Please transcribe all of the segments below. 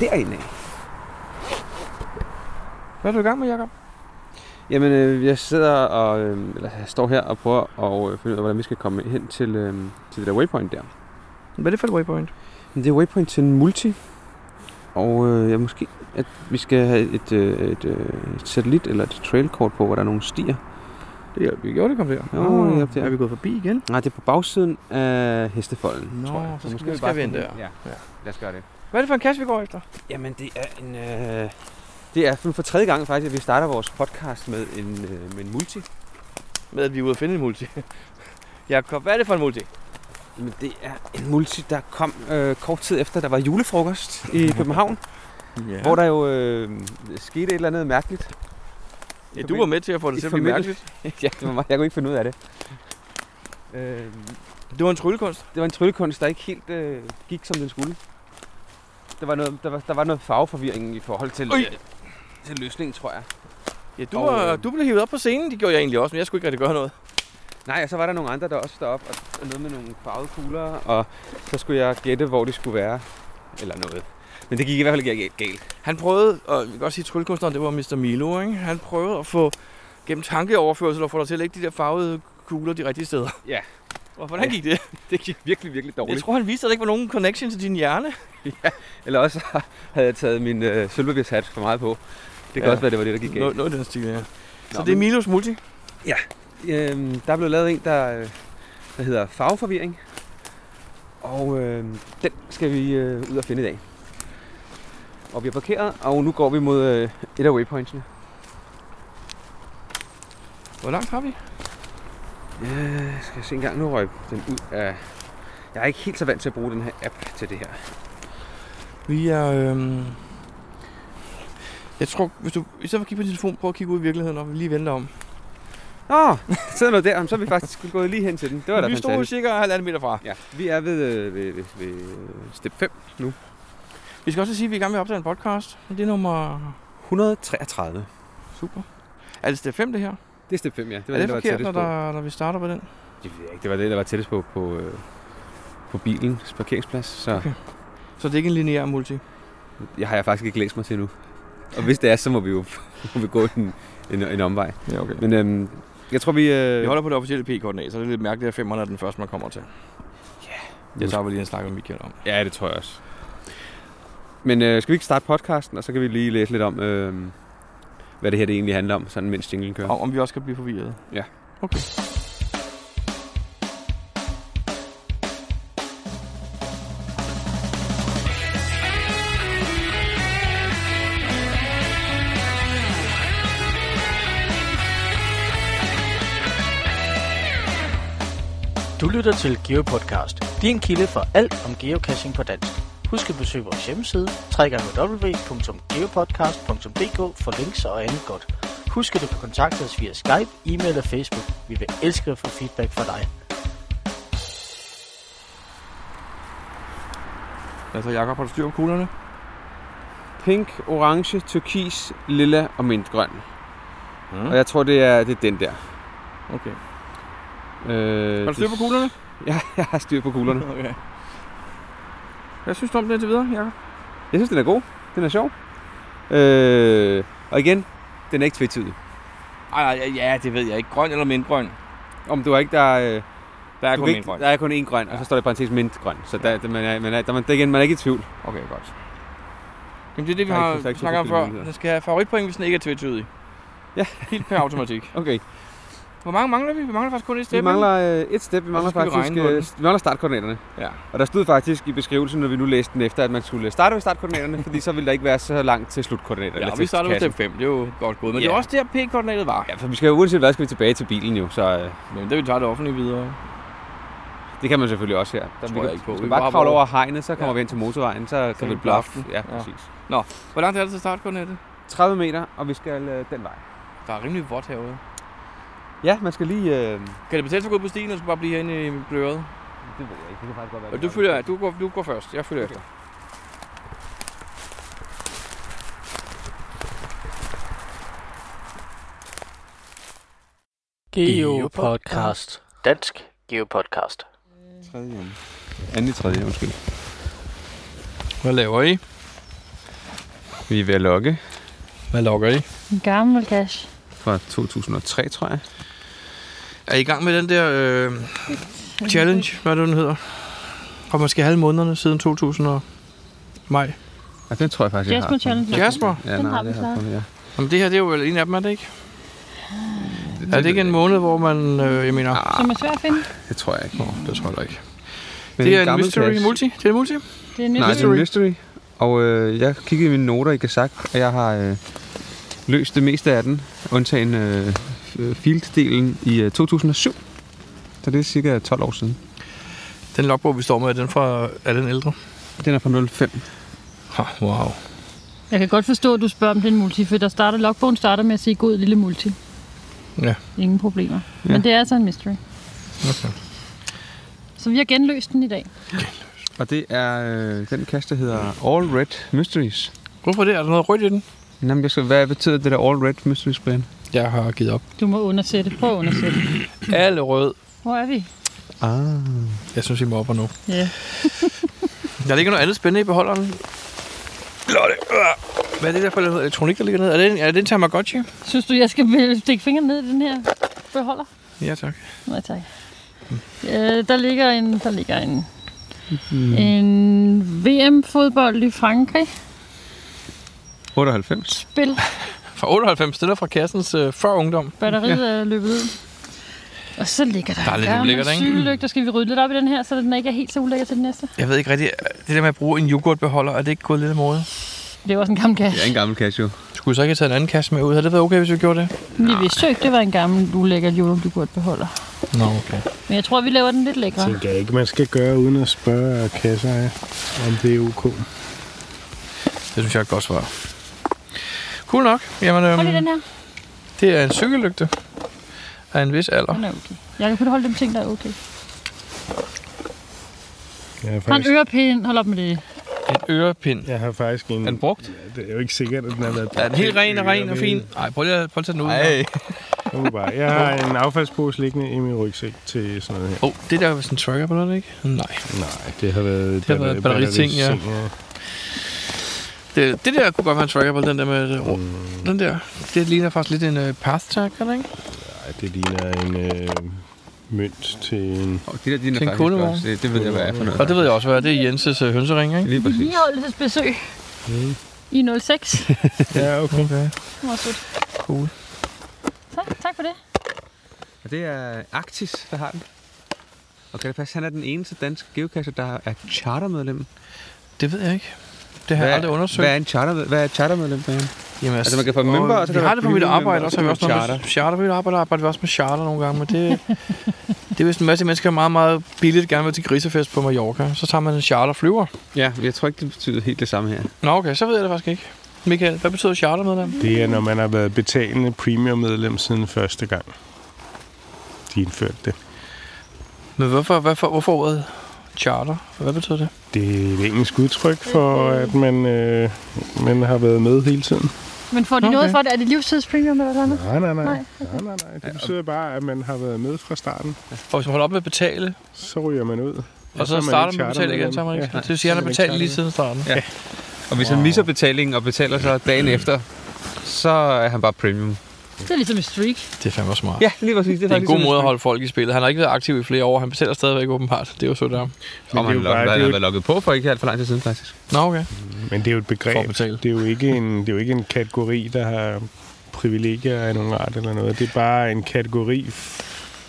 derinde af. Hvad er du i gang med, Jacob? Jamen, øh, jeg sidder og, øh, eller jeg står her og prøver at øh, finde ud af, hvordan vi skal komme hen til, øh, til det der waypoint der. Hvad er det for et waypoint? Men Det er waypoint til en multi, og øh, ja, måske at vi skal have et, øh, et, øh, et satellit eller et trailkort på, hvor der er nogle stier. Det hjælper. Vi gjorde det, kom der. Jo, Nå, det hjalp der. Er vi gået forbi igen? Nej, det er på bagsiden af hestefolden, Nå, tror jeg. så skal vi bare finde den. Ja. Ja. lad os gøre det. Hvad er det for en kasse, vi går efter? Jamen, det er en... Øh, det er for for tredje gang faktisk, at vi starter vores podcast med en, øh, med en multi. Med at vi er ude at finde en multi. Jakob, hvad er det for en multi? Jamen, det er en multi, der kom øh, kort tid efter, der var julefrokost i København, Ja. ja. hvor der jo øh, skete et eller andet mærkeligt. ja, du var med til at få det I til at blive formidlet. mærkeligt. ja, det var mig. Jeg kunne ikke finde ud af det. Øh, Det var en tryllekunst. det var en tryllekunst, der ikke helt øh, gik, som den skulle. Der var, noget, der, var, der var noget farveforvirring i forhold til, Øj! øh, til løsningen, tror jeg. Ja, du, Og, var, øh, du blev hivet op på scenen. Det gjorde jeg egentlig også, men jeg skulle ikke rigtig gøre noget. Nej, og så var der nogle andre, der også stod op, og- og noget med nogle farvede kugler, og så skulle jeg gætte, hvor de skulle være, eller noget. Men det gik i hvert fald ikke galt. Han prøvede, og vi kan godt sige, at tryllekunstneren, det var Mr. Milo, ikke? Han prøvede at få gennem tankeoverførsel og få dig til at lægge de der farvede kugler de rigtige steder. Ja. Og hvordan gik det? Det gik virkelig, virkelig Jeg dårligt. tror, han viste, at der ikke var nogen connection til din hjerne. Eller også havde jeg taget min øh, sølvpapirshat for meget på. Det kan Ja. ja. også være, det var det, der gik galt. Noget, noget af den stil, ja. Så Nå, det er men- Milos multi. Øhm, der er blevet lavet en, der, øh, der hedder farveforvirring. Og øh, den skal vi øh, ud og finde i dag. Og vi er parkeret, og nu går vi mod øh, et af waypointsene. Hvor langt har vi? Øh, skal jeg se en gang, nu røg den ud af... Jeg er ikke helt så vant til at bruge den her app til det her. Vi er... Øhm... Jeg tror, hvis du i stedet for at kigge på din telefon, prøv at kigge ud i virkeligheden, og vi lige vender om. Nå, der sidder noget der, Jamen, så er vi faktisk gået lige hen til den. Det var da vi stod fantastisk. cirka halvanden meter fra. Ja, vi er ved, øh, ved, ved, ved øh, step 5 nu. Vi skal også lige sige, at vi er i gang med at optage en podcast. og Det er nummer... 133. Super. Er det step 5, det her? Det er step 5, ja. Det var er det der var forkert, tættest når, på. der, når vi starter på den? Det ved jeg ikke. Det var det, der var tættest på på, øh, på bilens parkeringsplads, så Okay. Så det er ikke en lineær multi. jeg har jeg faktisk ikke læst mig til nu. Og hvis det er, så må vi jo må vi gå en, en, en omvej. Ja, okay. Men øhm, jeg tror, vi... Øh, Vi holder på det officielle p-koordinat, så det er lidt mærkeligt, at 500 er den første, man kommer til. Jeg tager vel lige en snak med Michael om. Ja, det tror jeg også. Men øh, skal vi ikke starte podcasten, og så kan vi lige læse lidt om, øh, hvad det her det egentlig handler om, sådan mens jinglen kører. Om, om vi også kan blive forvirret. Ja. Okay. Du lytter til GeoPodcast, din kilde for alt om geocaching på dansk. Husk at besøge vores hjemmeside, www.geopodcast.dk for links og andet godt. Husk at du kan kontakte os via Skype, e-mail og Facebook. Vi vil elske at få feedback fra dig. Altså, Jakob, har du styr på kuglerne? Pink, orange, turkis, lilla og mintgrøn. Mm. Og jeg tror, det er, det er den der. Okay. Øh, Har du styr på kuglerne? Ja, jeg har styr på kuglerne. Okay. Hvad synes du om det indtil videre, Jakob? Jeg synes, den er god. Den er sjov. Øh, og igen, den er ikke tvetydig. Ej, nej, ja, det ved jeg ikke. Grøn eller mindre grøn? Om du er ikke, der er, øh, Der er du kun kan mindre grøn. ikke, der er kun én grøn, og så står der i parentes mindre grøn. Så der, der, man, er, man, er, der, man, der igen, man er ikke i tvivl. Okay, godt. Jamen, det er det, vi Der er ikke- der har er ikke to snakket om forskellige før. muligheder. Den skal have favoritpoint, hvis den ikke er tvetydig. Ja. Helt per automatik. Okay, Hvor mange mangler vi? Vi mangler faktisk kun et vi step. mangler øh, et step, vi mangler skal vi faktisk regne på øh, den. vi mangler startkoordinaterne. ikke? Ja. Og der stod faktisk i beskrivelsen, når vi nu læste den efter, at man skulle øh, starte ved startkoordinaterne, fordi så ville der ikke være så langt til slutkoordinaterne. Ja, eller og til vi starter med kassen. step 5. Det er jo godt gået. Men det Ja. er også der, p-koordinatet var. Ja, for vi skal jo uanset hvad, skal vi tilbage til bilen jo, så øh, Men det vi tager det offentlige videre. det kan man selvfølgelig også her. Der Tror vi jeg ikke på. Vi Vi skal bare bare kravle prøver. over hegnet, så kommer Ja. vi ind til motorvejen, så, Så kan er vi det blaffe. blaffe. Ja, Ja. præcis. Hvor langt er det til startkornettet? 30 meter, og vi skal øh, den vej. Der er rimelig vådt herude. Ja, man skal lige... Øh... Kan det betale sig at gå ud på stien, og skal bare blive herinde i bløret? Det ved jeg ikke. Det kan faktisk godt være. Og du følger, du går, du går først. Jeg følger okay. efter. GeoPodcast. Dansk GeoPodcast. Anden i tredje, undskyld. Hvad laver I? Vi er ved at lokke Hvad lokker I? En gammel cash. fra 2003, tror jeg. Er I i gang med den der øh, challenge, hvad er det, den hedder? Og måske halve månederne siden 2000 og maj. Ja, den tror jeg faktisk, jeg har. Jasper Challenge. Jasper? Ja, Den nej, har det vi har jeg klaret. fundet, ja. Jamen, det her, det er jo vel en af dem, er det ikke? Er det ikke en måned, hvor man, øh, jeg mener... Ah, Som er svær at finde. det tror jeg ikke. Nå, det tror jeg da ikke. Men Det er en gammel mystery kasse. multi. Det er en multi. Det er en Nej, det er mystery. en mystery. Og øh, jeg kiggede i mine noter i Gazak, og jeg har øh, løst det meste af den, undtagen øh, øh, field-delen i øh, 2007. Så det er cirka 12 år siden. Den logbog, vi står med, er den fra... Er den ældre? Den er fra 05. Ha, wow. Jeg kan godt forstå, at du spørger om den multi, for der starter, logbogen starter med at sige, god lille multi. Ja. Ingen problemer. Ja. Ja. Men det er altså en mystery. Okay. Så vi har genløst den i dag. Og det er øh, den kasse, der hedder All Red Mysteries. Hvorfor det? Er der noget rødt i den? Jamen, jeg skal, hvad betyder det der All Red Mysteries, Brian? Jeg har givet op. Du må undersætte. Prøv at undersætte. Alle rød. Hvor er vi? Ah. Jeg synes, I må op og nu. Ja. Der ligger noget andet spændende i beholderen. Lotte. øh. Hvad er det der for noget elektronik, der ligger nede? Er det en, er det en Tamagotchi? Synes du, jeg skal stikke fingeren ned i den her beholder? Ja, tak. Nej, tak. Øh, der ligger en, der ligger en, Mm. en VM-fodbold i Frankrig. 98. Spil. Fra 98 stiller fra kassens øh, før ungdom. Batteriet ja. er løbet ud. Og så ligger der, Der er lidt gammel ulækkert, ikke? cykellygte. Der skal vi rydde lidt op i den her, så den ikke er helt så ulækker til den næste. Jeg ved ikke rigtigt, det der med at bruge en yoghurtbeholder, er det ikke gået lidt af mode? Det er også en gammel kasse. Det er en gammel kasse, jo. Skulle vi så ikke have taget en anden kasse med ud? Havde det været okay, hvis vi gjorde det? Vi vidste jo ikke, det var en gammel ulækker jordbjørnbeholder. Nå, okay. Men jeg tror, vi laver den lidt Det lækre. tænker jeg ikke, man skal gøre uden at spørge kasser af, om det er ok. Det synes jeg er et godt svar. Cool nok. Jamen, Prøv lige den øhm, her. det er en cykellygte af en vis alder. Den er okay. Jeg kan kun holde dem ting, der er okay. Jeg har Har en faktisk, ørepind. Hold op med det. En ørepind. jeg har faktisk en... Er den brugt? Ja, det er jo ikke sikkert, at den har været... Er den helt ren og ren og fin? Nej, prøv lige at, prøv at tage den ud. Åh, Nu bare. Jeg har en affaldspose liggende i min rygsæk til sådan noget her. oh, det der var sådan en tracker på noget, ikke? Nej. Nej, det har været... Det har været batteriting, ja. batteriting, ja. Det, det der kunne godt være en tracker på den der med det rå. Den der. Det ligner faktisk lidt en uh, path tracker, ikke? Ej, det ligner en øh, mønt til en... Og det der, dine er Til en faktisk kundevogn. også. Det, det ved jeg, hvad er for noget. Og det ved jeg også, hvad er. Det er Jenses uh, hønsering, ikke? Lige præcis. Vedligeholdelsesbesøg. Mm. I 06. Ja, okay. Det var sødt. Cool. Tak, tak for det. Og det er Arktis, der har den. Og kan det passe, han er den eneste danske geocacher, der er chartermedlem? Det ved jeg ikke. Det har jeg aldrig undersøgt. Hvad er en charter, hvad er et chartermedlem for ham? Jamen, Altså, man kan få member, og så vi kan har man det på mit blive arbejde, member, og så har vi og også så kan man noget med charter. På mit arbejde arbejder vi også med charter nogle gange, men det, det er vist en masse mennesker, der meget, meget billigt gerne vil til grisefest på Mallorca. Så tager man en charterflyver. Ja, men jeg tror ikke, det betyder helt det samme her. Nå, okay, så ved jeg det faktisk ikke. Michael, hvad betyder chartermedlem? Det er, når man har været betalende premium-medlem siden første gang. De indførte det. Men hvorfor, hvorfor, hvorfor ordet charter? Hvad betyder det? Det er et engelsk udtryk for, at man, øh, man har været med hele tiden. Men får de Okay. okay. noget for det? Er det livstidspremium eller noget andet? Nej, nej, nej. Nej, Nej, nej, nej. Det betyder bare, at man har været med fra starten. Og hvis man holder op med at betale, Så ryger man ud. og så er så man starter ikke man med at betale igen, chartermedlem. så er man ikke. Ja. det vil sige, at han Så har er man ikke betalt lige chartermedlem. siden starten. Ja. Og hvis wow. han misser betalingen og betaler så dagen efter, så er han bare premium. Det er ligesom et streak. Det er fandme smart. Ja, lige præcis. Det er en god måde at holde folk i spillet. Han har ikke været aktiv i flere år. Han betaler stadigvæk åbenbart. Det er jo sødt af ham. Om det er han jo log- bare- hvad det er han har jo- været logget på for ikke alt for lang tid siden, faktisk. Nå, okay. Men det er jo et For at begreb. betale. Det er jo ikke en, det er jo ikke en kategori, der har privilegier af nogen art eller noget. Det er bare en kategori.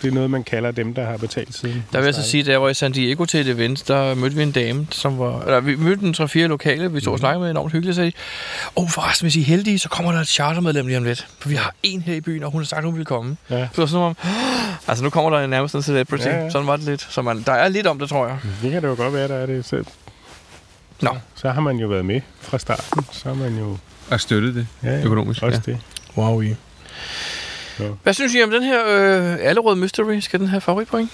Det er noget, man kalder dem, der har betalt siden. Der vil jeg så sige, da jeg var i San Diego til et event, der mødte vi en dame, som var... Eller vi mødte en 3-4 lokale, vi stod og snakkede med enormt hyggeligt, og sagde, åh, oh, forresten, hvis I er heldige, så kommer der et chartermedlem lige om lidt. For vi har en her i byen, og hun har sagt, at hun ville komme. Ja. Så det var sådan om, altså nu kommer der nærmest en celebrity. Ja, Ja, ja. Mhm. ja. Sådan var det lidt. Så man, der er lidt om det, tror jeg. Det kan det jo godt være, der er det. Så, Nå. så har man jo været med fra starten. Så har man jo... Og støttet det Ja, ja, økonomisk. Også Ja. det. Wow, I. Ja. Hvad synes I om den her øh, allerød mystery? Skal den have favoritpoint?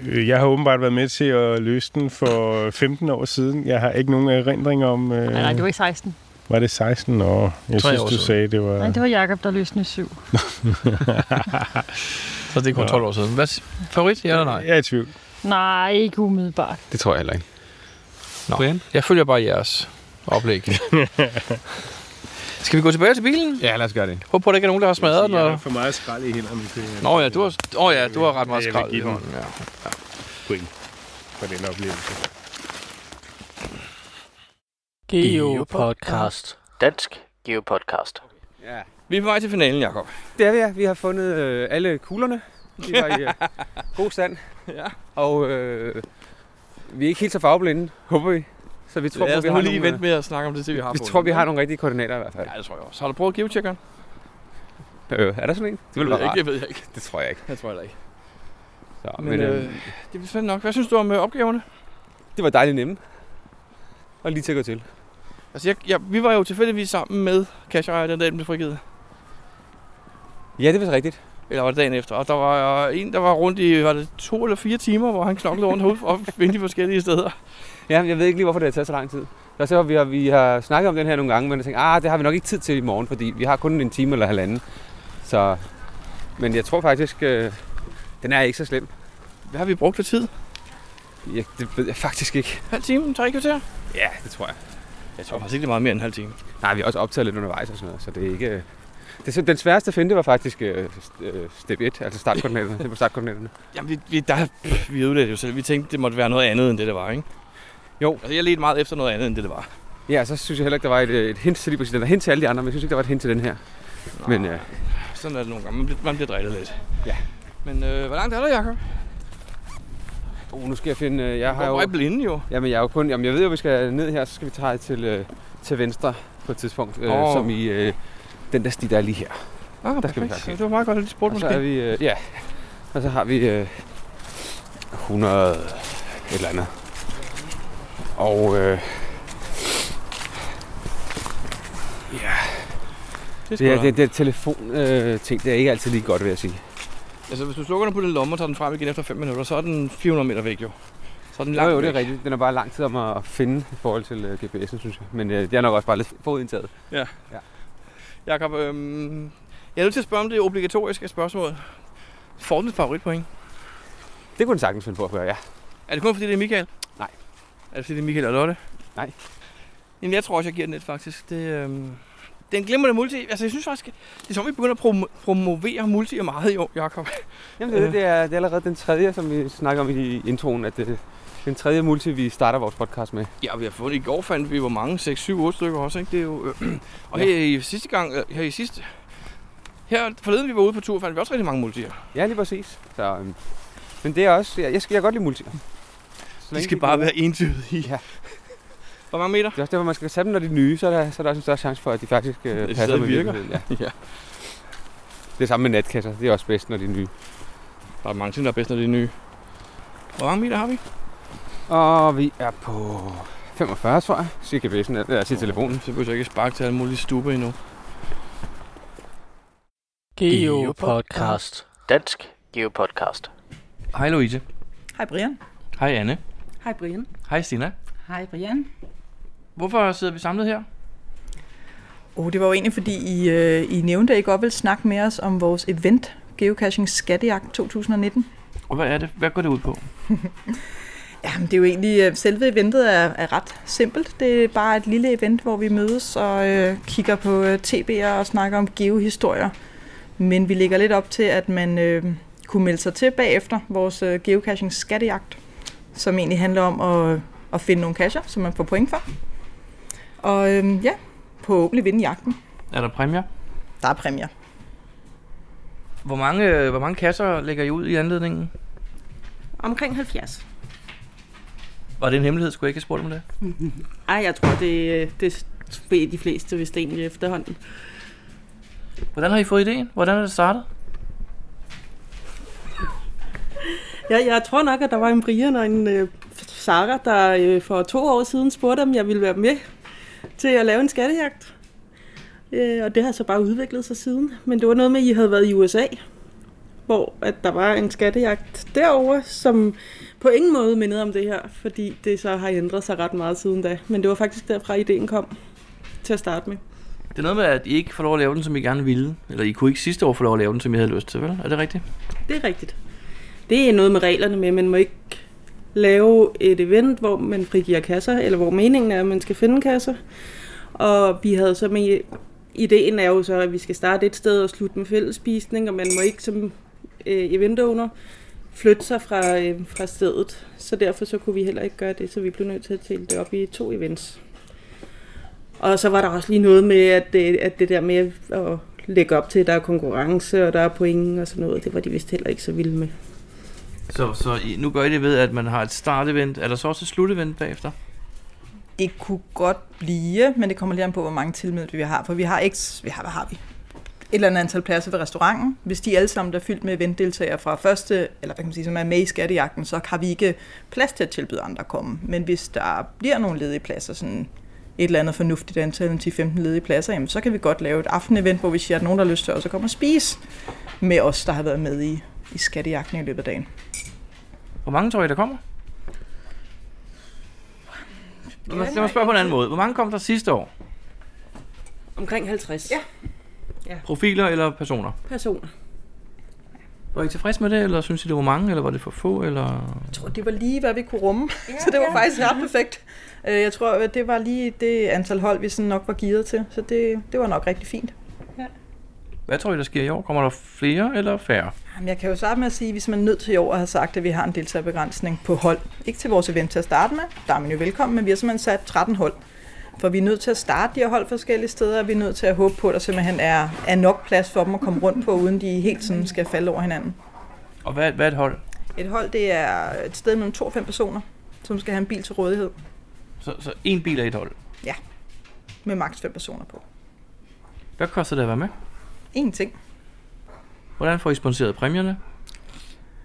Øh, Jeg har åbenbart været med til at løse den for 15 år siden. Jeg har ikke nogen erindring om... Øh, Nej, nej, det var ikke 16. Var det 16 år? Jeg Tre synes, år du siden. sagde, det var... Nej, det var Jakob der løste den i 7. Så det er kun Ja. 12 år siden. Hvad, s- favorit? Ja eller nej? Jeg er i tvivl. Nej, ikke umiddelbart. Det tror jeg heller ikke. Nå. Brian? Jeg følger bare jeres. oplæg. Skal vi gå tilbage til bilen? Ja, lad os gøre det. Håber på, at der ikke er nogen, der har smadret den. Jeg har og- for meget skrald i hænderne til Nå ja, du har, oh, ja, du har ret meget Jeg vil skrald i give den. hånden. Ja. point for den oplevelse. Geopodcast. Dansk Geopodcast. Ja. Vi er på vej til finalen, Jakob. Det er vi, ja. Vi har fundet øh, alle kuglerne. De var i øh, god stand. Ja. Og øh, vi er ikke helt så farveblinde, håber vi. Så vi tror, på, vi, har nogle, øh, med at snakke om det, til vi har vi, tror vi har nogle rigtige koordinater i hvert fald. Ja, det tror jeg også. Har du prøvet geotjekkeren? Øh, er der sådan en? Det ville være rart. ved jeg ikke. Det tror jeg ikke. Jeg tror heller ikke. Så, men, Men, men øh, det bliver spændende nok. Hvad synes du om øh, opgaverne? det var dejligt nemme. Og lige til at gå til. Altså, jeg, jeg, vi var jo tilfældigvis sammen med Kashire den dag, den blev frigivet. Ja, det var så rigtigt. Eller var det dagen efter? Og der var øh, en, der var rundt i var det to eller fire timer, hvor han knoklede rundt hovedet og finde de forskellige steder. Ja, men jeg ved ikke lige, hvorfor det har taget så lang tid. Der er så, vi har, vi har snakket om den her nogle gange, men jeg tænkte, ah, det har vi nok ikke tid til i morgen, fordi vi har kun en time eller halvanden. Så, men jeg tror faktisk, øh, den er ikke så slem. Hvad har vi brugt af tid? Jeg, det ved jeg faktisk ikke. Halv time? Tre kvarter? Ja, det tror jeg. Jeg tror faktisk ikke, det er meget mere end en halv time. Nej, vi har også optaget lidt undervejs og sådan noget, så det er ikke... øh, Det, er sim- den sværeste at finde, det var faktisk øh, st- øh, step 1, altså startkoordinaterne. det var startkoordinaterne. Jamen, vi, vi, der, pff, vi ødelagde det jo selv. Vi tænkte, det måtte være noget andet, end det, det var, ikke? Jo. Altså, jeg ledte meget efter noget andet, end det, det var. Ja, så synes jeg heller ikke, der var et, øh, et hint til lige præcis den. Der er hint til alle de andre, men jeg synes ikke, der var et hint til den her. Men øh, Sådan er det nogle gange. Man bliver, man bliver drillet lidt. Ja. Men øh, hvor langt er der, Jacob? oh, nu skal jeg finde... Øh, jeg Jeg har har jo... jo... blinde, jo. Jamen, jeg, er jo kun, jamen, jeg ved jo, at vi skal ned her, så skal vi tage til, øh, til venstre på et tidspunkt, øh, Åh. oh. som i øh, den der sti, der er lige her. Ah, Der skal vi faktisk det var meget godt, at du spurgte Og så er måske. vi, øh, ja, og så har vi øh, 100 et eller andet. Og øh, det, Det, det, er, det, det er telefon øh, ting, det er ikke altid lige godt, vil jeg sige. Altså, hvis du slukker den på den lomme og tager den frem igen efter 5 minutter, så er den 400 meter væk, jo. Så er den Jo, langt jo, det væk. er rigtigt. Den er bare lang tid om at finde i forhold til øh, GPS'en, synes jeg. Men øh, det er nok også bare lidt forudindtaget. Jakob, øhm, jeg er nødt til at spørge om det obligatoriske spørgsmål. Får den et favoritpoint? Det kunne den sagtens finde på at gøre, ja. Er det kun fordi, det er Michael? Nej. Er det fordi, det er Michael og Lotte? Nej. Jamen, jeg tror også, jeg giver den et, faktisk. Det, øhm, det er en glimrende multi. Altså, jeg synes faktisk, det er som, om, vi begynder at prom- promovere multier meget i år, Jacob. Jamen, det, er det, det, er, det er allerede den tredje, som vi snakker om i introen, at det, den tredje multi, vi starter vores podcast med. Ja, vi har fundet i går, fandt vi hvor mange, 6, 7, 8 stykker også, ikke? Det er jo, øh, og her i sidste gang, øh, her i sidste, her forleden vi var ude på tur, fandt vi også rigtig mange multier. Ja, lige præcis. Så, øhm, men det er også... Jeg, jeg, skal, jeg kan godt lide multier. Så længe er gode. entydige. Ja. Hvor mange meter? Det er også derfor, man skal tage dem, når de er nye, så er der, så er der også en større chance for, at de faktisk øh, de passer stadig med virker. virkeligheden. Ja. Ja. Det er samme med natkasser. Det er også bedst, når de er nye. Der er mange ting, der er bedst, når det er nye. Hvor mange meter har vi? Og vi er på 45, tror jeg. Siger GPS'en, eller siger telefonen. Så behøver jeg ikke sparke til alle mulige stube endnu. Geopodcast. Dansk Geopodcast. Hej Louise. Hej Brian. Hej Anne. Hej Brian. Hej Stina. Hej Brian. Hvorfor sidder vi samlet her? Oh, det var jo egentlig, fordi I, øh, I nævnte, at I godt ville snakke med os om vores event, Geocaching Skattejagt 2019. Og hvad er det? Hvad går det ud på? Jamen, det er jo egentlig, øh, selve eventet er, er ret simpelt. Det er bare et lille event, hvor vi mødes og øh, kigger på øh, TB'er og snakker om geohistorier. Men vi lægger lidt op til, at man øh, kunne melde sig til bagefter vores øh, Geocaching Skattejagt, som egentlig handler om at, at finde nogle cacher, som man får point for. Og øh, ja, forhåbentlig vinde jagten. Er der præmier? Der er præmier. Hvor mange, øh, hvor mange kasser lægger I ud i anledningen? Omkring 70. Var det en hemmelighed? Skulle jeg ikke have spurgt om det? Ej, jeg tror, det, det ved de fleste vist egentlig efterhånden. Hvordan har I fået idéen? Hvordan er det startet? Jeg, jeg tror nok, at der var en Brian og en øh, Sara, der øh, for to år siden spurgte, om jeg ville være med til at lave en skattejagt. Øh, og det har så bare udviklet sig siden. Men det var noget med, at I havde været i USA, hvor at der var en skattejagt derovre, som på ingen måde mindede om det her, fordi det så har ændret sig ret meget siden da. Men det var faktisk derfra, ideen kom til at starte med. Det er noget med, at I ikke får lov at lave den, som I gerne ville. Eller I kunne ikke sidste år få lov at lave den, som I havde lyst til, vel? Er det rigtigt? Det er rigtigt. Det er noget med reglerne med, man må ikke lave et event, hvor man frigiver kasser, eller hvor meningen er, at man skal finde kasser. Og vi havde så med... Ideen er jo så, at vi skal starte et sted og slutte med fællesspisning, og man må ikke som øh, eventowner flytte sig fra, øh, fra stedet. Så derfor så kunne vi heller ikke gøre det, så vi blev nødt til at tælle det op i to events. Og så var der også lige noget med, at, øh, at det der med at lægge op til, at der er konkurrence, og der er point og sådan noget, det var de vist heller ikke så vilde med. Så, så I, nu gør I det ved, at man har et startevent. Er der så også et slutevent bagefter? Det kunne godt blive, men det kommer lige an på, hvor mange tilmeldte vi har. For vi har ikke, vi har, hvad har vi? Et eller andet antal pladser ved restauranten. Hvis de alle sammen er fyldt med eventdeltagere fra første, eller hvad kan man sige, som er med i skattejagten, så har vi ikke plads til at tilbyde andre at komme. Men hvis der bliver nogle ledige pladser, sådan et eller andet fornuftigt antal, en 10-15 ledige pladser, jamen, så kan vi godt lave et aftenevent, hvor vi siger, at nogen, der har lyst til også at komme og spise med os, der har været med i, i skattejagten i løbet af dagen. Hvor mange tror I, der kommer? Lad mig, lad mig spørge på en anden måde. Hvor mange kom der sidste år? Omkring 50 Ja. Profiler eller personer? personer. Var I tilfreds med det, eller synes I, det var mange, eller var det for få, eller... Jeg tror, det var lige, hvad vi kunne rumme. Ja, så det var ja. faktisk ret perfekt. Øh, Jeg tror, at det var lige det antal hold, vi sådan nok var gearet til. Så det, det var nok rigtig fint. Hvad tror I, der sker i år? Kommer der flere eller færre? Jamen, jeg kan jo starte med at sige, hvis man er nødt til i år at have sagt, at vi har en deltagerbegrænsning på hold. Ikke til vores event til at starte med, der er man jo velkommen, men vi har simpelthen sat 13 hold. For vi er nødt til at starte de her hold forskellige steder, og vi er nødt til at håbe på, at der simpelthen er, er nok plads for dem at komme rundt på, uden de helt sådan skal falde over hinanden. Og hvad, hvad er et hold? Et hold, det er et sted mellem to og fem personer, som skal have en bil til rådighed, Så, så en bil er et hold. med maks fem personer på. Hvad koster det at være med? Ingenting. Hvordan får I sponsoreret præmierne?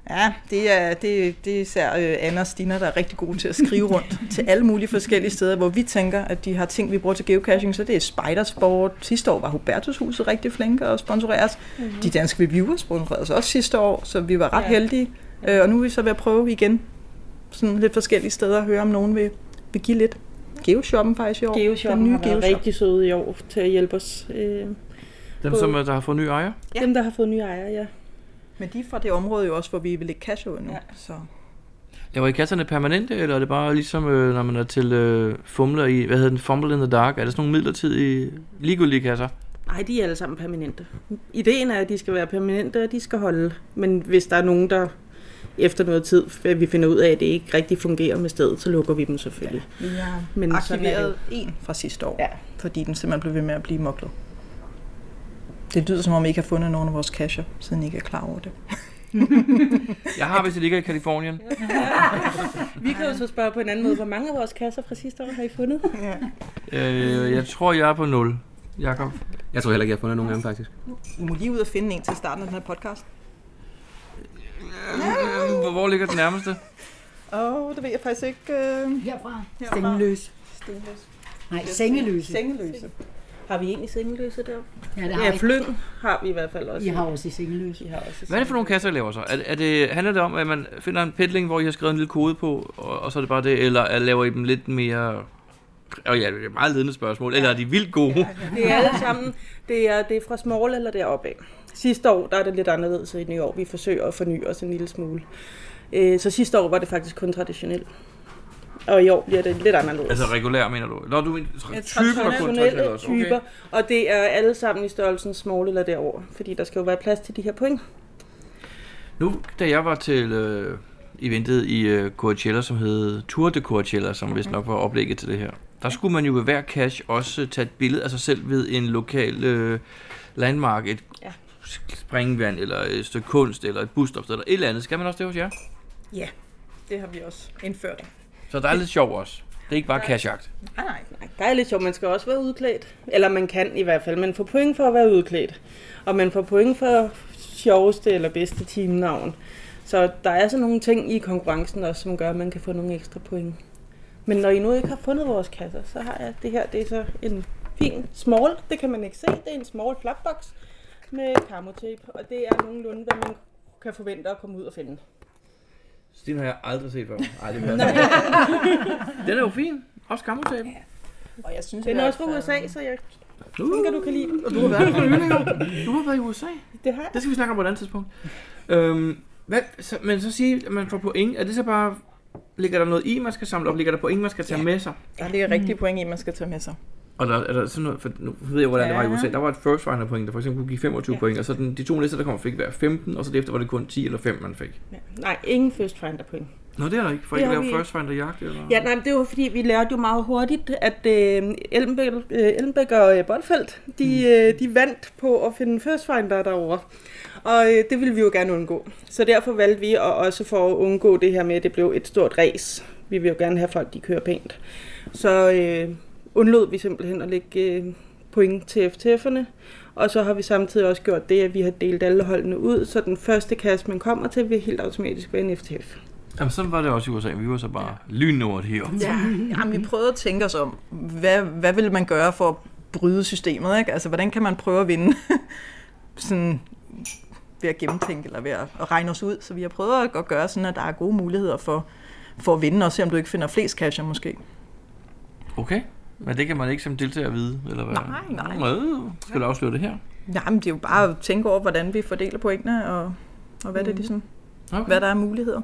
Ja, det er, det, det er især øh, Anna og Stina, der er rigtig gode til at skrive rundt til alle mulige forskellige steder, hvor vi tænker, at de har ting, vi bruger til geocaching, så det er Spidersport. Sidste år var Hubertushuset rigtig flinke og sponsorere os. Mm-hmm. De danske reviewers sponsorerede os også sidste år, så vi var ret Mhm. Ja. ja. heldige. Øh, og nu er vi så ved at prøve igen, sådan lidt forskellige steder, og høre om nogen vil, vil give lidt. Geoshoppen faktisk i år. Geoshoppen har været Geoshop. rigtig søde i år til at hjælpe os. Øh, Dem, som øh, der har fået nye ejer? ja. Dem, der har fået nye ejere, ja. Men de er fra det område jo også, hvor vi vil lægge cash ud nu. Ja. Ja. Så. Laver I kasserne permanente, eller er det bare ligesom, øh, når man er til øh, fumler i, hvad hedder den, Fumble in the Dark? Er det sådan nogle midlertidige ligegyldige kasser? Nej, de er alle sammen permanente. Ideen er, at de skal være permanente, og de skal holde. Men hvis der er nogen, der efter noget tid, at vi finder ud af, at det ikke rigtig fungerer med stedet, så lukker vi dem selvfølgelig. Vi har Men sådan er det jo. arkiveret en fra sidste år, Ja. ja. fordi den simpelthen blev ved med at blive moklet. Det lyder som om, I ikke har fundet nogen af vores kasser, siden I ikke er klar over det. Jeg har, hvis det ligger i Kalifornien. Vi kan jo så spørge på en anden måde, hvor mange af vores kasser fra sidste år har I fundet? Ja. Øh, jeg tror, jeg er på 0. Jakob. Jeg tror heller ikke, jeg har fundet nogen af dem, faktisk. I må lige ud og finde en til starten af den her podcast. Hvor, hvor ligger den nærmeste? Åh, oh, det ved jeg faktisk ikke. Øh, Herfra. Herfra. Stengeløs. Nej, sengeløse. sengeløse. Har vi egentlig sengeløse der? Ja, det har Ja, jeg. flyng har vi i hvert fald også. I har også i sengeløse. I har også Hvad er det for nogle kasser, I laver så? Er, er det, handler det om, at man finder en pedling, hvor I har skrevet en lille kode på, og, og så er det bare det, eller er- laver I dem lidt mere... Og ja, det er et meget ledende spørgsmål. Eller er de vildt gode? Det er alle sammen. Det er, det er fra Small eller deroppe af. Sidste år, der er det lidt anderledes end i år. Vi forsøger at forny os en lille smule. Øh, Så sidste år var det faktisk kun traditionelt. Og i år bliver det lidt anderledes. Altså regulær, mener du? Nå, du mener tra- typer af traditionelle kontakter også. typer. Okay. Og det er alle sammen i størrelsen small eller derover, Fordi der skal jo være plads til de her point. Nu, da jeg var til øh, eventet i øh, Coachella, som hed Tour de Coachella, som vist nok var oplægget til det her, der skulle man jo ved hver cash også øh, tage et billede af sig selv ved en lokal øh, landmark, et Ja. ja. springvand, eller et stykke kunst, eller et busstopsted, eller et eller andet. Skal man også det hos jer? Det har vi også indført. Så der er lidt sjov også. Det er ikke bare cashjagt. Ah, nej. Nej, der er lidt sjovt. Man skal også være udklædt. Eller man kan i hvert fald. Man får point for at være udklædt. Og man får point for sjoveste eller bedste teamnavn. Så der er sådan nogle ting i konkurrencen også, som gør, at man kan få nogle ekstra point. Men når I nu ikke har fundet vores kasser, så har jeg det her. Det er så en fin small. Det kan man ikke se. Det er en small flapbox med kamotape. Og det er nogenlunde, hvad man kan forvente at komme ud og finde. Den har jeg aldrig set før. Ej, det er Den er jo fin. Også kammertab. Og jeg synes, Den i er hvert også fra fald- USA, så jeg Du, tænker, du kan lide den. du har været på Jylland. Du har været i USA. Det har jeg. Det skal vi snakke om på et andet tidspunkt. Øhm, hvad, så, men så sige, at man får point. Er det så bare Ligger der noget i, man skal samle op? Ligger der point, man skal tage Ja. med sig? Der ligger rigtige point i, man skal tage med sig. Og der, er der sådan noget, for nu ved jeg, hvordan ja. det var i Ja. USA. Der var et first finder point, der for eksempel kunne give 25 ja. Ja. point, og så den, de to næste, der kom, fik hver 15, og så derefter var det kun 10 eller 5, man fik. Ja. Nej, ingen first finder point. Nå, det er der ikke, for Det ikke at har lave vi first finder jagt, eller? Ja, nej, men det var fordi, vi lærte jo meget hurtigt, at øh, Ellenbæk, øh, Ellenbæk og øh, Botfeldt, de, øh, de vandt på at finde first finder derovre. Og øh, det ville vi jo gerne undgå. Så derfor valgte vi, og også for at undgå det her med, at det blev et stort race. Vi vil jo gerne have folk, de kører pænt. Så øh, undlod vi simpelthen at lægge øh, point til FTF'erne. Og så har vi samtidig også gjort det, at vi har delt alle holdene ud, så den første kasse, man kommer til, vil helt automatisk være en FTF. Jamen, sådan var det også i USA. Vi var så bare ja. lynord her. Ja, jamen, vi prøvede at tænke os om, hvad, hvad ville man gøre for at bryde systemet? Ikke? Altså, hvordan kan man prøve at vinde sådan, ved at gennemtænke eller ved at, at regne os ud? Så vi har prøvet at godt gøre sådan, at der er gode muligheder for, for at vinde, og se om du ikke finder flest casher måske. Okay. Men det kan man ikke som deltager vide, eller hvad? Nej, nej. Nå, øh, skal du afsløre det her? Jamen, det er jo bare at tænke over, hvordan vi fordeler pointene, og, og hvad, det er, ligesom, Mhm. Okay. hvad der er af muligheder.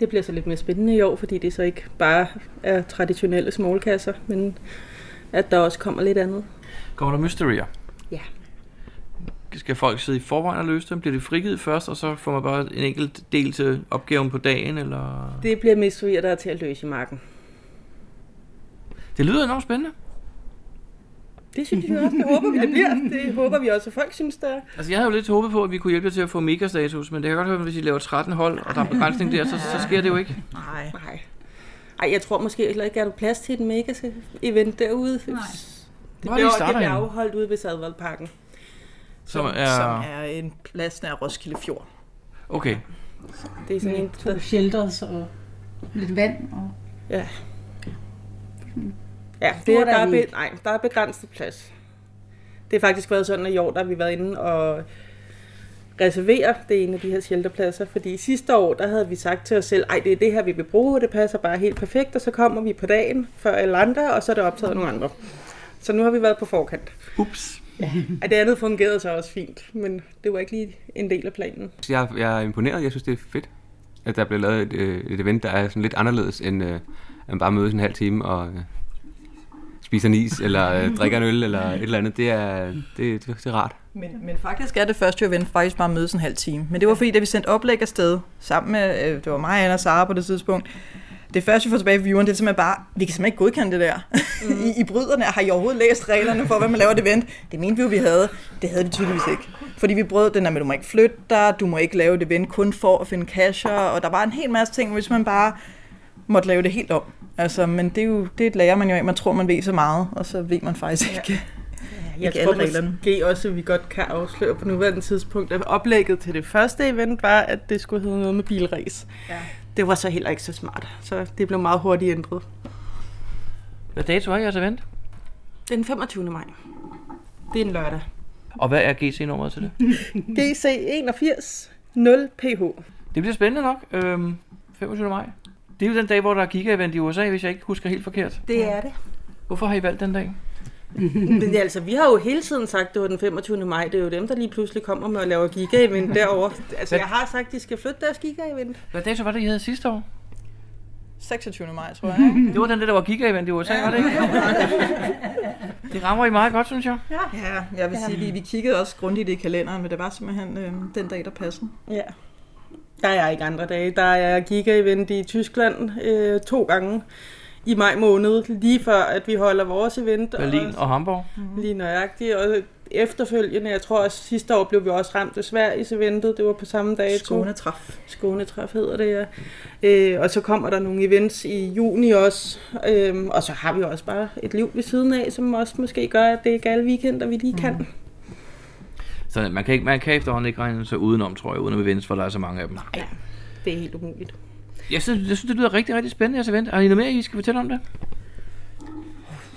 Det bliver så lidt mere spændende i år, fordi det så ikke bare er traditionelle smålkasser, men at der også kommer lidt andet. Kommer der mysterier? Ja. Skal folk sidde i forvejen og løse dem? Bliver det frigivet først, og så får man bare en enkelt del til opgaven på dagen, eller? Det, Det bliver mysterier, der er til at løse i marken. det lyder enormt spændende. Det synes vi også, det håber vi, det bliver. Det håber vi også, at folk synes, der er. Altså, jeg havde jo lidt håbet på, at vi kunne hjælpe jer til at få megastatus, men det kan jeg godt høre, at hvis I laver 13 hold, og der er begrænsning der, så, så sker det jo ikke. Nej. Nej. Ej, jeg tror måske heller ikke, at der er plads til et mega event derude. Nej. Det Hvor er det, I bliver, det starter bliver henne? afholdt ude ved Sadvoldparken. Som Som er... er en plads nær Roskilde Fjord. Okay. Det er sådan en, To shelters og lidt vand. Og Ja, det Store er, der, der er er vi be- ikke. nej, der er begrænset plads. Det har faktisk været sådan, at i år der har vi været inde og reservere det ene af de her shelterpladser, fordi sidste år, der havde vi sagt til os selv, ej, det er det her, vi vil bruge, det passer bare helt perfekt, og så kommer vi på dagen før alle andre, og så er det optaget af nogle andre. Så nu har vi været på forkant. Ups. Ej, det andet fungerede så også fint, men det var ikke lige en del af planen. Jeg, jeg er imponeret. Jeg synes, det er fedt, at der bliver lavet et, øh, et event, der er sådan lidt anderledes, end øh, at man bare mødes en halv time og øh, spiser en is, eller øh, drikker en øl, eller et eller andet. Det er, det, det, det er rart. Men, men faktisk er det første event faktisk bare mødes en halv time. Men det var fordi, da vi sendte oplæg afsted sammen med, øh, det var mig, Anna og Sara på det tidspunkt, det første, vi får tilbage fra vieweren, det er simpelthen bare, vi kan simpelthen ikke godkende det der. Mm. I, I bryderne, har I overhovedet læst reglerne for, hvad man laver et event? Det mente vi jo, vi havde. Det havde vi tydeligvis ikke. Fordi vi brød den der med, du må ikke flytte dig, du må ikke lave et event kun for at finde casher, og der var en hel masse ting, hvis man bare måtte lave det helt om. Altså, men det er jo, det lærer man jo af, man tror, man ved så meget, og så ved man faktisk ikke. Ja. Jeg Ikke tror alle reglerne. måske også, at vi godt kan afsløre på nuværende tidspunkt, at oplægget til det første event var, at det skulle hedde noget med bilræs. Ja. Det var så heller ikke så smart, så det blev meget hurtigt ændret. Hvad dato er jeres event? Den 25. maj. Det er en lørdag. Og hvad er GC-nummeret til det? GC 81 0 PH. Det bliver spændende nok. Øhm, 25. maj. Det er jo den dag, hvor der er giga-event i USA, hvis jeg ikke husker helt forkert. Det er det. Hvorfor har I valgt den dag? Men det er altså, vi har jo hele tiden sagt, det var den 25. maj. Det er jo dem, der lige pludselig kommer med at lave giga-event derovre. Altså, jeg har sagt, de skal flytte deres giga-event. Hvad dato var det, I havde sidste år? 26. maj, tror jeg. Ikke? Det var den der, der var giga-event i USA, var det ikke? Det rammer I meget godt, synes jeg. Ja, jeg vil sige, vi, vi kiggede også grundigt i kalenderen, men det var simpelthen øh, den dag, der passede. Ja. Der er ikke andre dage. Der er giga-event i Tyskland øh, to gange i maj måned, lige før at vi holder vores event. Berlin og Hamburg. og, lige nøjagtigt. Og efterfølgende, jeg tror også sidste år blev vi også ramt af Sveriges eventet. Det var på samme dag. Skåne træf. Skånetræf hedder det, ja. Øh, og så kommer der nogle events i juni også. Øh, og så har vi også bare et liv ved siden af, som også måske gør, at det ikke er alle weekender, vi lige kan. Mm. Så man kan, ikke, man kan efterhånden ikke regne sig udenom, tror jeg, uden at vinde, for der er så mange af dem. Nej. Det er helt umuligt. Jeg synes, jeg synes det lyder rigtig, rigtig spændende, jeres event. Har I noget mere, I skal fortælle om det?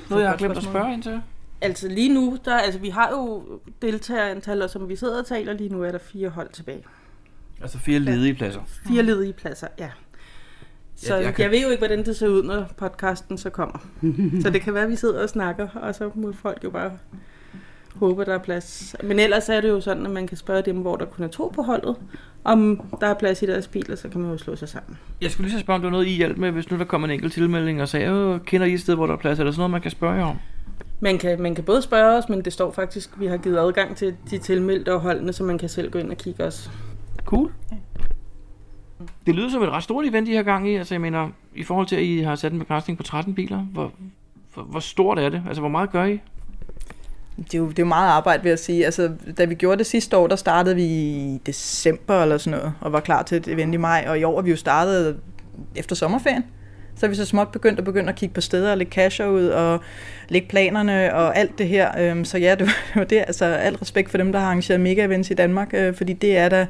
Noget, jeg har glemt at spørge ind til. Altså lige nu, der, altså, vi har jo deltagerantal, og som vi sidder og taler lige nu, er der fire hold tilbage. Altså fire ledige pladser. Fire ledige pladser, ja. Så Ja, ja, jeg jeg, kan- jeg ved jo ikke, hvordan det ser ud, når podcasten så kommer. så det kan være, at vi sidder og snakker, og så må folk jo bare håber, der er plads. Men ellers er det jo sådan, at man kan spørge dem, hvor der kun er to på holdet, om der er plads i deres bil, og så kan man jo slå sig sammen. Jeg skulle lige så spørge, om der var noget, I hjalp med, hvis nu der kom en enkelt tilmelding og sagde, øh, kender I et sted, hvor der er plads? Er der sådan noget, man kan spørge jer om? Man kan, man kan både spørge os, men det står faktisk, at vi har givet adgang til de tilmeldte og holdene, så man kan selv gå ind og kigge os. Cool. Det lyder som et ret stort event, I har gang i. Altså, jeg mener, i forhold til, at I har sat en begrænsning på 13 biler, hvor, hvor, hvor stort er det? Altså, hvor meget gør I? Det er, jo, det er jo meget arbejde, vil jeg sige. Altså, da vi gjorde det sidste år, der startede vi i december eller sådan noget, og var klar til et event i maj, og i år er vi jo startet efter sommerferien. Så er vi så småt begyndt at begynde at kigge på steder og lægge casher ud og lægge planerne og alt det her. Øhm, Så ja, det var det. Altså, alt respekt for dem, der har arrangeret mega-events i Danmark, øh, fordi det er da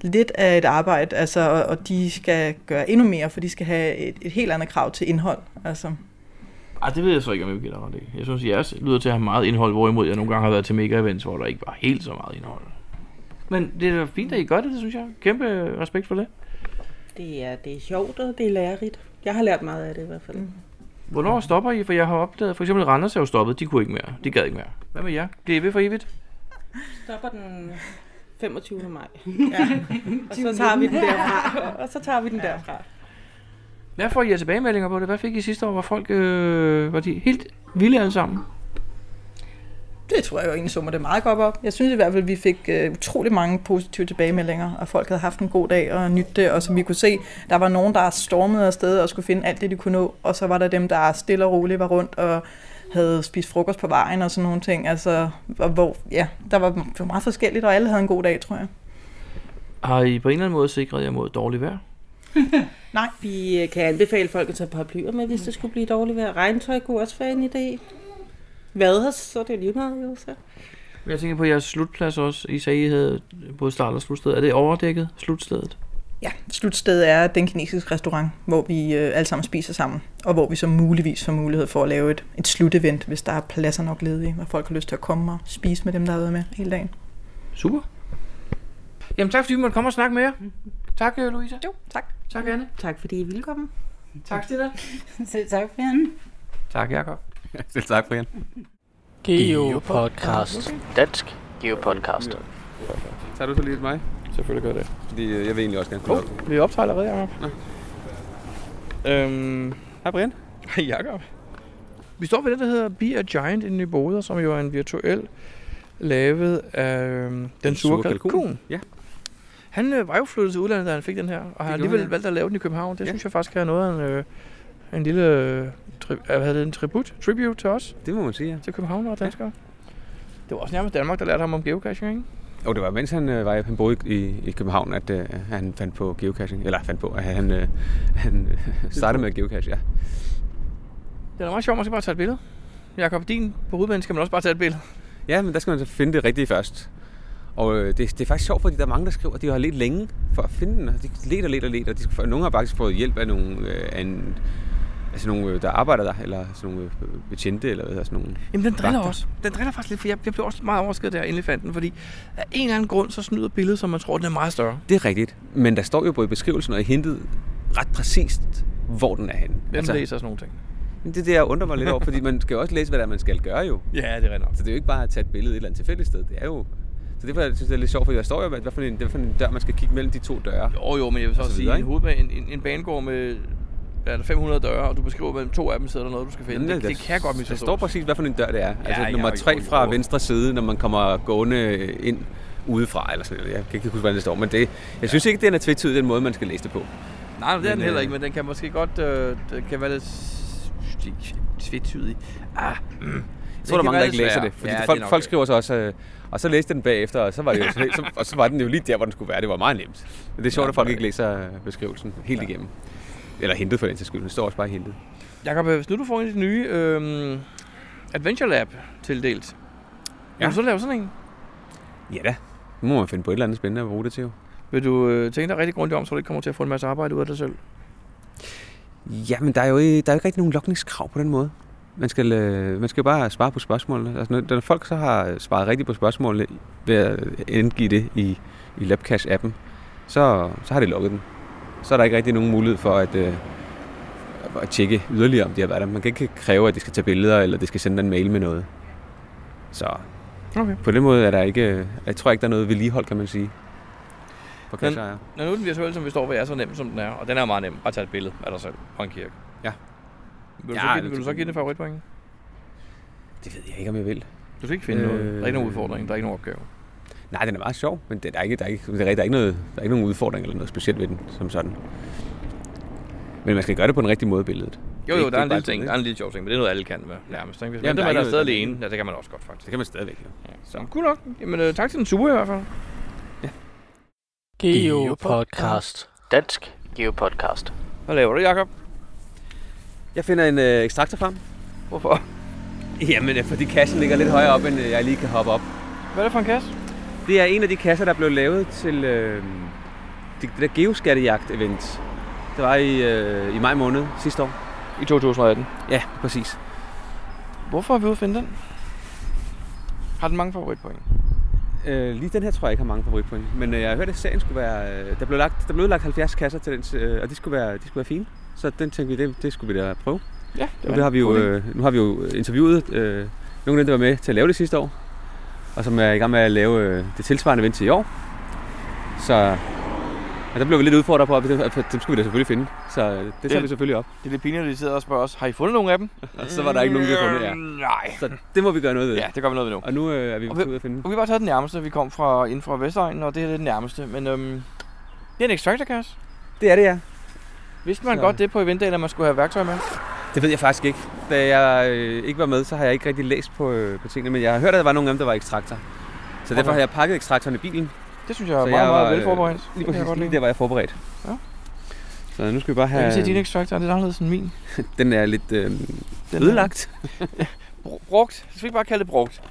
lidt af et arbejde, altså, og- og de skal gøre endnu mere, for de skal have et, et helt andet krav til indhold. Altså. Ej, det ved jeg så ikke, om jeg vil give dig ret i. Jeg synes, jeres lyder til at have meget indhold, hvorimod jeg nogle gange har været til mega-events, hvor der ikke var helt så meget indhold. Men det er da fint, at I gør det, det synes jeg. Kæmpe respekt for det. Det er, det er sjovt, og det er lærerigt. Jeg har lært meget af det i hvert fald. Mm. Hvornår stopper I? For jeg har opdaget, for eksempel Randers er jo stoppet. De kunne ikke mere. De gad ikke mere. Hvad med jer? Bliver I ved for evigt? Stopper den 25. maj. Ja. og så tager vi den derfra. Og så tager vi den derfra. Hvad får I af tilbagemeldinger på det? Hvad fik I sidste år? Var folk øh, var de helt vilde alle sammen? Det tror jeg jo egentlig summer det meget godt op. Jeg synes i hvert fald, at vi fik øh, utrolig mange positive tilbagemeldinger, og folk havde haft en god dag og nydt det, og som vi kunne se, der var nogen, der stormede afsted og skulle finde alt det, de kunne nå, og så var der dem, der stille og roligt var rundt og havde spist frokost på vejen og sådan nogle ting. Altså, og hvor, ja, der var, det var meget forskelligt, og alle havde en god dag, tror jeg. Har I på en eller anden måde sikret jer mod dårligt vejr? Nej. Vi øh, kan anbefale folk at tage paraplyer med, hvis det skulle blive dårligt vejr. Regntøj kunne også være en idé. Hvad her, så er det lige meget, jo, så. Men Jeg tænker på jeres slutplads også. I sagde, I havde både start og slutsted. Er det overdækket slutstedet? Ja, slutstedet er den kinesiske restaurant, hvor vi øh, alle sammen spiser sammen, og hvor vi så muligvis får mulighed for at lave et, et slutevent, hvis der er pladser nok ledige, og folk har lyst til at komme og spise med dem, der har været med hele dagen. Super. Jamen tak, fordi vi måtte komme og snakke med jer. Tak, øh, Louise. Jo, tak. Tak, Anne. Tak, fordi I ville komme. Tak, Stella. Selv tak, Bjørn. Tak, Jacob. Selv tak, Brian. Geo Podcast. Dansk Geo Podcast. Tager du så lige et mig? Selvfølgelig gør det. Fordi øh, jeg vil egentlig også gerne Oh, kunne oh. vi optager allerede, Jacob. Øhm, Hej Brian. Hej Jacob. Vi står ved det, der hedder Be a Giant i Nyboder, som jo er en virtuel lavet af øhm, den sure kalkun. Ja. Han øh, var jo flyttet til udlandet, da han fik den her, og har gjorde alligevel han, ja. valgt at lave den i København. Det ja. synes jeg faktisk er noget af en, øh, en lille øh, tri- hvad hedder det, en tribut, tribute til os. Det må man sige, ja. Til København og danskere. Det var også nærmest Danmark, der lærte ham om geocaching, ikke? Og det var, mens han, øh, var, han boede i, i København, at øh, han fandt på geocaching. Eller fandt på, at han, øh, han øh, startede med geocache, ja. Det er meget sjovt, man skal bare tage et billede. Jakob, din på hovedbanen skal man også bare tage et billede. Ja, men der skal man så finde det rigtige først. Og øh, det, det er faktisk sjovt, fordi der er mange, der skriver, at de har let længe for at finde den. Og de leder og leder og leder. Og de, skal- nogle har faktisk fået hjælp af nogle, øh, af en, altså nogle øh, der arbejder der, eller sådan nogle øh, betjente, eller hvad hedder sådan nogle Jamen, den driller vagter. også. Den driller faktisk lidt, for jeg, jeg blev også meget overrasket, da jeg endelig fandt den, fordi af en eller anden grund, så snyder billedet, som man tror, den er meget større. Det er rigtigt. Men der står jo både i beskrivelsen og i hintet ret præcist, hvor den er henne. Hvem altså, læser sådan nogle ting? Det er det, jeg undrer mig lidt over, fordi man skal jo også læse, hvad det er, man skal gøre jo. Ja, det er nok. Så det er jo ikke bare at tage et billede et eller andet tilfældigt sted. Det er jo... Så det synes jeg, det er lidt sjovt, for der står jo, hvad hvad for en, hvad for en dør, man skal kigge mellem de to døre. Jo, jo, men jeg vil så Og også så sige, videre, en, ikke? hovedbane, en, en, en banegård med er der 500 døre, og du beskriver, mellem to af dem sidder der noget, du skal finde. Jamen, det, der- det, kan godt misforstås. Der står præcis, hvad for en dør det er. Altså Ja, ja, ja, nummer jo, 3 jo, fra jo. venstre side, når man kommer gående ind udefra, eller sådan noget. Jeg kan ikke huske, hvordan det står, men det, jeg synes ikke, den er tvetydig, den måde, man skal læse det på. Nej, det er den Men, heller øh, ikke, men den kan måske godt øh, den kan være lidt s- s- tvetydig. Ah, mm. Jeg tror, der er mange, der ikke læser det, fordi ja, folk, folk skriver så også, øh, og så læste den bagefter, og så var, det jo, så, så, og så var den jo lige der, hvor den skulle være. Det var meget nemt. Men det er sjovt, Ja, at folk det er ikke læser øh, beskrivelsen helt ja. igennem. Eller hentet for den til skyld. Den står også bare hentet. Jakob, hvis nu du får en af de nye øh, Adventure Lab tildelt, ja. Ja. vil du så lave sådan en? Ja da. Nu må man finde på et eller andet spændende at bruge det til jo. Vil du øh, tænke dig rigtig grundigt om, så du ikke kommer til at få en masse arbejde ud af dig selv? Jamen, der er jo ikke, der er jo ikke rigtig nogen lokningskrav på den måde. Man skal, øh, man skal jo bare svare på spørgsmålene. Altså, når, når folk så har svaret rigtigt på spørgsmålene ved at indgive det i, i Labcash-appen, så, så har det lukket den. Så er der ikke rigtig nogen mulighed for at, øh, at tjekke yderligere, om de har været der. Man kan ikke kræve, at de skal tage billeder, eller de skal sende en mail med noget. Så Okay. På den måde er der ikke, øh, jeg tror ikke, der er noget vedligehold, kan man sige. For Men, Kassejer. når nu den virtuelle, som vi står ved, er så nem, som den er, og den er meget nem, bare tage et billede af dig selv fra en kirke. Ja. Vil Ja, du, så, give, det vil du så tænker give den favoritpoint? Det ved jeg ikke, Øh, om jeg vil. Du skal ikke finde noget. Øh, Der er ikke nogen udfordring, der er ikke nogen opgave. Nej, den er meget sjov, men det, der, er ikke, der, er ikke, det er rigtigt, der, er ikke noget, der er ikke nogen udfordring eller noget specielt ved den, som sådan. Men man skal gøre det på den rigtige måde, i billedet. Jo, jo, Ikke- der er en ikke bare lille ting, sådan, der er en lille sjov ting, men det er noget, alle kan med nærmest. Ikke? Hvis Jamen, man der er der, der er ikke stadig noget- alene, ja, det kan man også godt faktisk. Det kan man stadigvæk, jo. Ja. Så cool nok. Jamen, øh, tak til den super i hvert fald. Geopodcast. Dansk Geopodcast. Hvad laver du, Jacob? Jeg finder en øh, ekstraktor frem. Hvorfor? Jamen, øh, fordi kassen ligger lidt højere op, end øh, jeg lige kan hoppe op. Hvad er det for en kasse? Det er en af de kasser, der blev lavet til øh, det, det der geoskattejagt-event. Det var i, øh, i maj måned sidste år. I 2018? Ja, præcis. Hvorfor er vi ude at finde den? Har den mange favoritpoint? Øh, lige den her tror jeg ikke har mange favoritpoint, men øh, jeg har hørt, at serien skulle være... Øh, der, blev lagt, der blev lagt 70 kasser til den, øh, og de skulle, være, de skulle være fine. Så den tænkte vi, det, det skulle vi da prøve. Ja, det nu, har vi jo, øh, nu har vi jo interviewet øh, nogle af dem, der var med til at lave det sidste år, og som er i gang med at lave øh, det tilsvarende event til i år. Så ja, der blev vi lidt udfordret på, at dem, at dem skulle vi da selvfølgelig finde. Så øh, det tager vi selvfølgelig op. Det er lidt pinligt, at de sidder og spørger os, har I fundet nogen af dem? Øh, Og så var der ikke nogen, der fundet jer. Nej. Så det må vi gøre noget ved. Ja, det gør vi noget ved nu. Og nu øh, er vi Og på vi- tur ud at finde Og vi har bare taget den nærmeste. Vi kom fra, inden fra Vestegnen, og det her det er den nærmeste. Men øhm, det er en extractor-kasse. Det er det, ja. Vidste man Så- så. godt det på eventdagen, at man skulle have værktøj med? Det ved jeg faktisk ikke. Da jeg øh, ikke var med, så har jeg ikke rigtig læst på, øh, på tingene, men jeg har hørt, at der var nogle af dem, der var ekstraktor. Så derfor Okay. har jeg pakket ekstraktoren i bilen. Det synes jeg er meget, meget velforberedt. Det kan Lige jeg præcis, godt lige øh, lide. der var jeg forberedt. Ja. Så nu skal vi bare Jeg have... kan se, at din extractor er lidt anderledes end min. Den er lidt øh, er- ødelagt. Br- brugt. Jeg skal ikke bare kalde det brugt.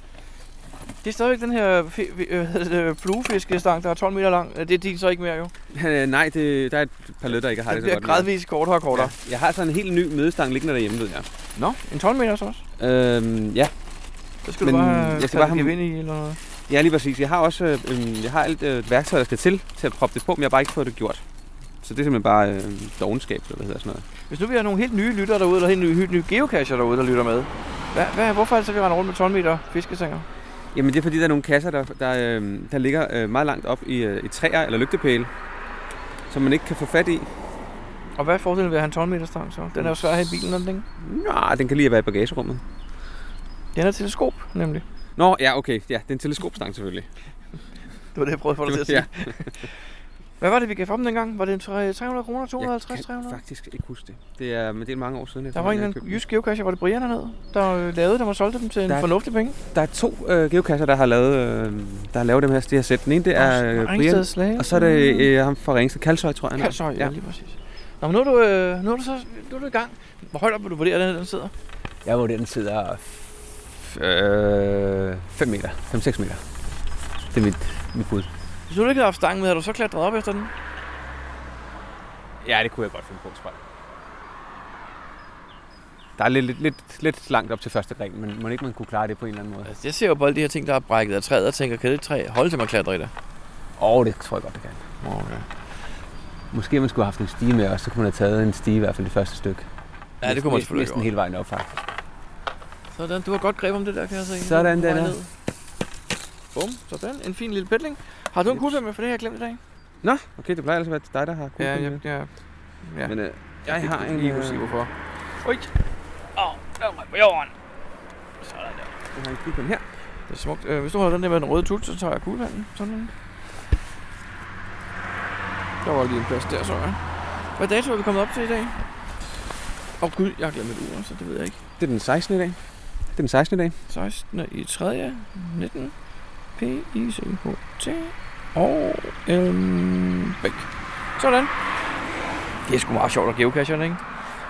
Det er stadigvæk den her fe- vi- øh, hvad hedder det, fluefiskestang, der er 12 meter lang. Øh, Det er din så ikke mere, jo. Øh, Nej, det, der er et par led, der ikke har det Den så bliver godt. mere. gradvist kortere og kortere. Ja. Jeg har sådan en helt ny mødestang liggende derhjemme, ved jeg. Nå, en 12 meter så også. Øhm, ja. Så skal du bare jeg skal bare have vind i, eller noget. Ja, lige præcis. Jeg har også øh, jeg har alt øh, værktøj, der skal til, til at proppe det på, men jeg har bare ikke fået det gjort. Så det er simpelthen bare øh, dogenskab, eller hvad hedder sådan noget. Hvis nu vi har nogle helt nye lyttere derude, eller helt nye, helt nye geocacher derude, der lytter med. Hvad, hvad, hvorfor er det så, vi render rundt med 12 meter fiskestænger? Jamen det er fordi, der er nogle kasser, der, der, øh, der ligger øh, meget langt op i, øh, i træer eller lygtepæle, som man ikke kan få fat i. Og hvad er fordelen ved at have en 12 meter stang så? Den er jo svær at have i bilen, er den ikke? Nå, den kan lige være i bagagerummet. Den er teleskop, nemlig. Nå, ja, okay. Ja, det er en teleskopstang selvfølgelig. Det var det, jeg prøvede at få dig til at sige. Ja. Hvad var det, vi gav for dem dengang? Var det en tre- 300 kroner, 250, kan 300? faktisk ikke huske det. Det er, men det er mange år siden. Der var en eller anden jysk geocacher, var det Brian hernede, der øh, lavede dem og solgte dem til en Der er- fornuftig penge. Der er to øh, geokasser, der har lavet, øh, der har lavet dem her, det her sæt. Den ene, det er øh, Ringsted Slagelse. Brian, og så er det øh, ham fra Ringsted. Kalsøj, tror jeg. han er. Kalsøj, ja, lige præcis. Nå, men nu er du, øh, nu er du, så, nu er du i gang. Hvor højt op vil du vurdere, den, her, den sidder? Jeg var den sidder 5 meter, 5-6 meter. Det er mit, mit bud. Hvis du ikke havde haft stangen med, havde du så klatret op efter den? Ja, det kunne jeg godt finde på, tror jeg. Der er lidt, lidt, lidt, lidt langt op til første gren, men må ikke man kunne klare det på en eller anden måde? Altså, Jeg ser jo på alle de her ting, der er brækket af træet, og tænker, kan det træ holde til, man klatrer i det? Åh, oh, det tror jeg godt, det kan. Okay. Måske man skulle have haft en stige med også, så kunne man have taget en stige i hvert fald det første stykke. Ja, det kunne man selvfølgelig Næsten godt. hele vejen op, faktisk. Sådan, du har godt greb om det der, kan jeg se. Sådan, På vej den er. ned. Bum, sådan. En fin lille pætling. Har du en kuglepen med for det, jeg har glemt i dag? Nå, okay, det plejer altså at være dig, der har Ja, ja, kuglepen med. ja. ja. Men øh, jeg, Jeg kan har ikke en... lige kunne sige, hvorfor. Oj. Åh, oh, der røg på jorden. Sådan der. Jeg har en kuglepen her. Det er smukt. Øh, Hvis du holder den der med den røde tut, så tager jeg kuglepanden. Sådan. Der var lige en plads der, så jeg. Hvad dato er vi kommet op til i dag? Åh oh, gud, jeg har glemt et ur, så det ved jeg ikke. Det er den 16. i dag. Det er den 16. i dag. 16. i 3. 19. p i c h t og øhm, bæk. Sådan. Det er sgu meget sjovt at geocache, ikke?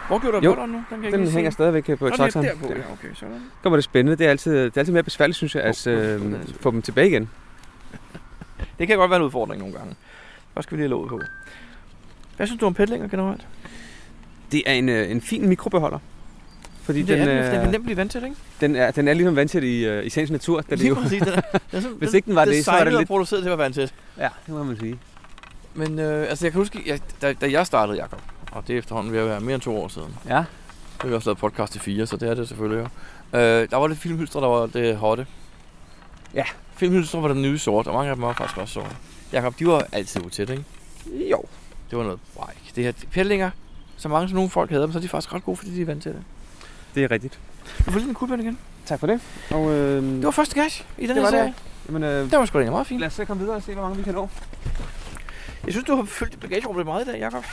Hvor gjorde du Jo, af butteren nu? Den, kan jeg ikke Den lige se. hænger stadigvæk øh, på Nå, et den er traktor. derpå, ja, okay, sådan. Kommer det spændende. Det er altid, det er altid mere besværligt, synes jeg, at øh, altså. få dem tilbage igen. Det kan godt være en udfordring nogle gange. Hvad skal vi lige have låget på? Hvad synes du om pedlinger generelt? Det er en, øh, en fin mikrobeholder. Fordi Det er den, den, den øh, kan nemt blive vant til, ikke? den, er, den er ligesom vandtæt i, øh, i sagens natur. Da det Lige jo, præcis, den er, den er sådan- Hvis ikke den var det, så var det designet og lidt... produceret til at være vandtæt. Ja, det må man sige. Men øh, altså, jeg kan huske, jeg, da, da jeg startede, Jacob, og det er efterhånden ved at være mere end to år siden. Ja. Nu har vi også lavet podcast i fire, så det er det selvfølgelig jo. Øh, der var det filmhylster, der var det hotte. Ja. Filmhylster var den nye sort, og mange af dem var faktisk også sorte. Jakob, de var altid utætte, ikke? Jo. Det var noget bræk. Det her pællinger, så mange som nogle folk havde dem, så er de faktisk ret gode, fordi de er vant til det. Det er rigtigt. Du får lige en kuglepind igen. Tak for det. Og, øh, det var første gas i den det her var det. serie. Jamen, øh, det var sgu da egentlig meget fint. Lad os så komme videre og se, hvor mange vi kan nå. Jeg synes, du har fyldt bagagerummet meget i dag, Jakob.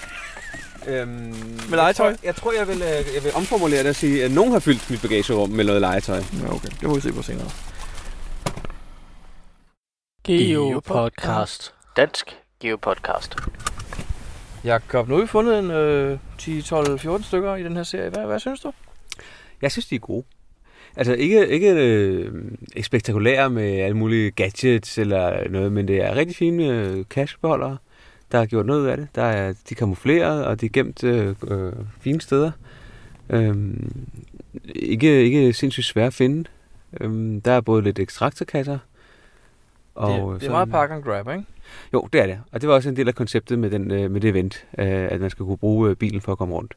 Øhm, Med legetøj? Jeg tror, jeg, tror, jeg, vil, øh, jeg vil omformulere det og sige, at nogen har fyldt mit bagagerum med noget legetøj. Ja, okay. Det må vi se på senere. Geopodcast. Dansk Geopodcast. Jakob, nu har vi fundet en øh, 10, 12, 14 stykker i den her serie. Hvad, hvad synes du? Jeg synes, de er gode. Altså ikke, ikke, øh, ikke spektakulære med alle mulige gadgets eller noget, men det er rigtig fine øh, cashbeholdere, der har gjort noget ud af det. Der er, de er kamufleret, og de er gemt øh, øh, fine steder. Øhm, ikke, ikke sindssygt svære at finde. Øhm, der er både lidt ekstraktorkasser. Og øh, det, det øh, er sådan- meget park and grab, ikke? jo, det er det. Og det var også en del af konceptet med, den, øh, med det event, øh, at man skal kunne bruge øh, bilen for at komme rundt.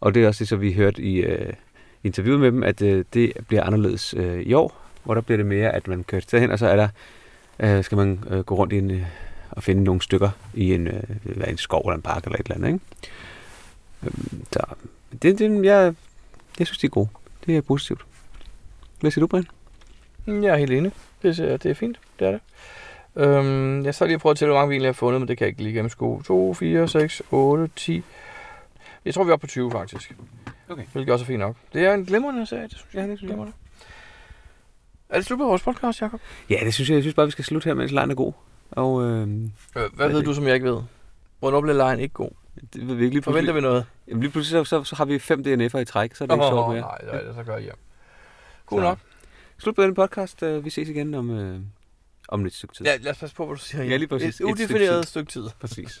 Og det er også det, som vi hørte i øh, interviewet med dem, at øh, det bliver anderledes øh, i år, hvor der bliver det mere, at man kører til hen, og så er der, øh, skal man øh, gå rundt i en, øh, og finde nogle stykker i en, øh, hvad, en skov eller en park eller et eller andet. Ikke? Øhm, Så det, det, jeg, jeg synes, det er gode. Det er positivt. Hvad siger du, Brian? Mm, Jeg er helt enig. Det, ser, det er fint. Det er det. Øhm, jeg sad lige og prøvede at tælle, hvor mange vi egentlig har fundet, men det kan jeg ikke lige gennemskue. 2, 4, 6, 8, 10. Jeg tror, vi er oppe på 20 faktisk. Okay. Hvilket også er fint nok. Det er en glimrende serie, det synes jeg. Ja, det synes jeg. Glimrende. Er det slut på vores podcast, Jacob? Ja, det synes jeg. Jeg synes bare, vi skal slutte her, mens lejen er god. Og, øh, Øh, hvad ved du, som jeg ikke ved? Hvornår bliver lejen ikke god? Det ved vi ikke lige Forventer vi noget? Jamen lige pludselig så, så, så har vi fem DNF'er i træk, så er det Åh, ikke sjovt mere. nej, det er det, så gør jeg hjem. God Cool nok. Slut på den podcast. Øh, Vi ses igen om, øh, om et stykke tid. Ja, lad os passe på, hvad du siger. Ja, lige præcis. Et Et stykke udefineret tid. stykke tid. Præcis.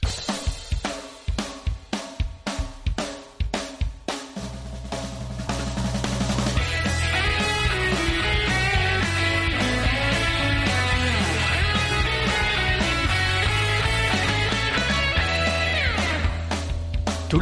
Du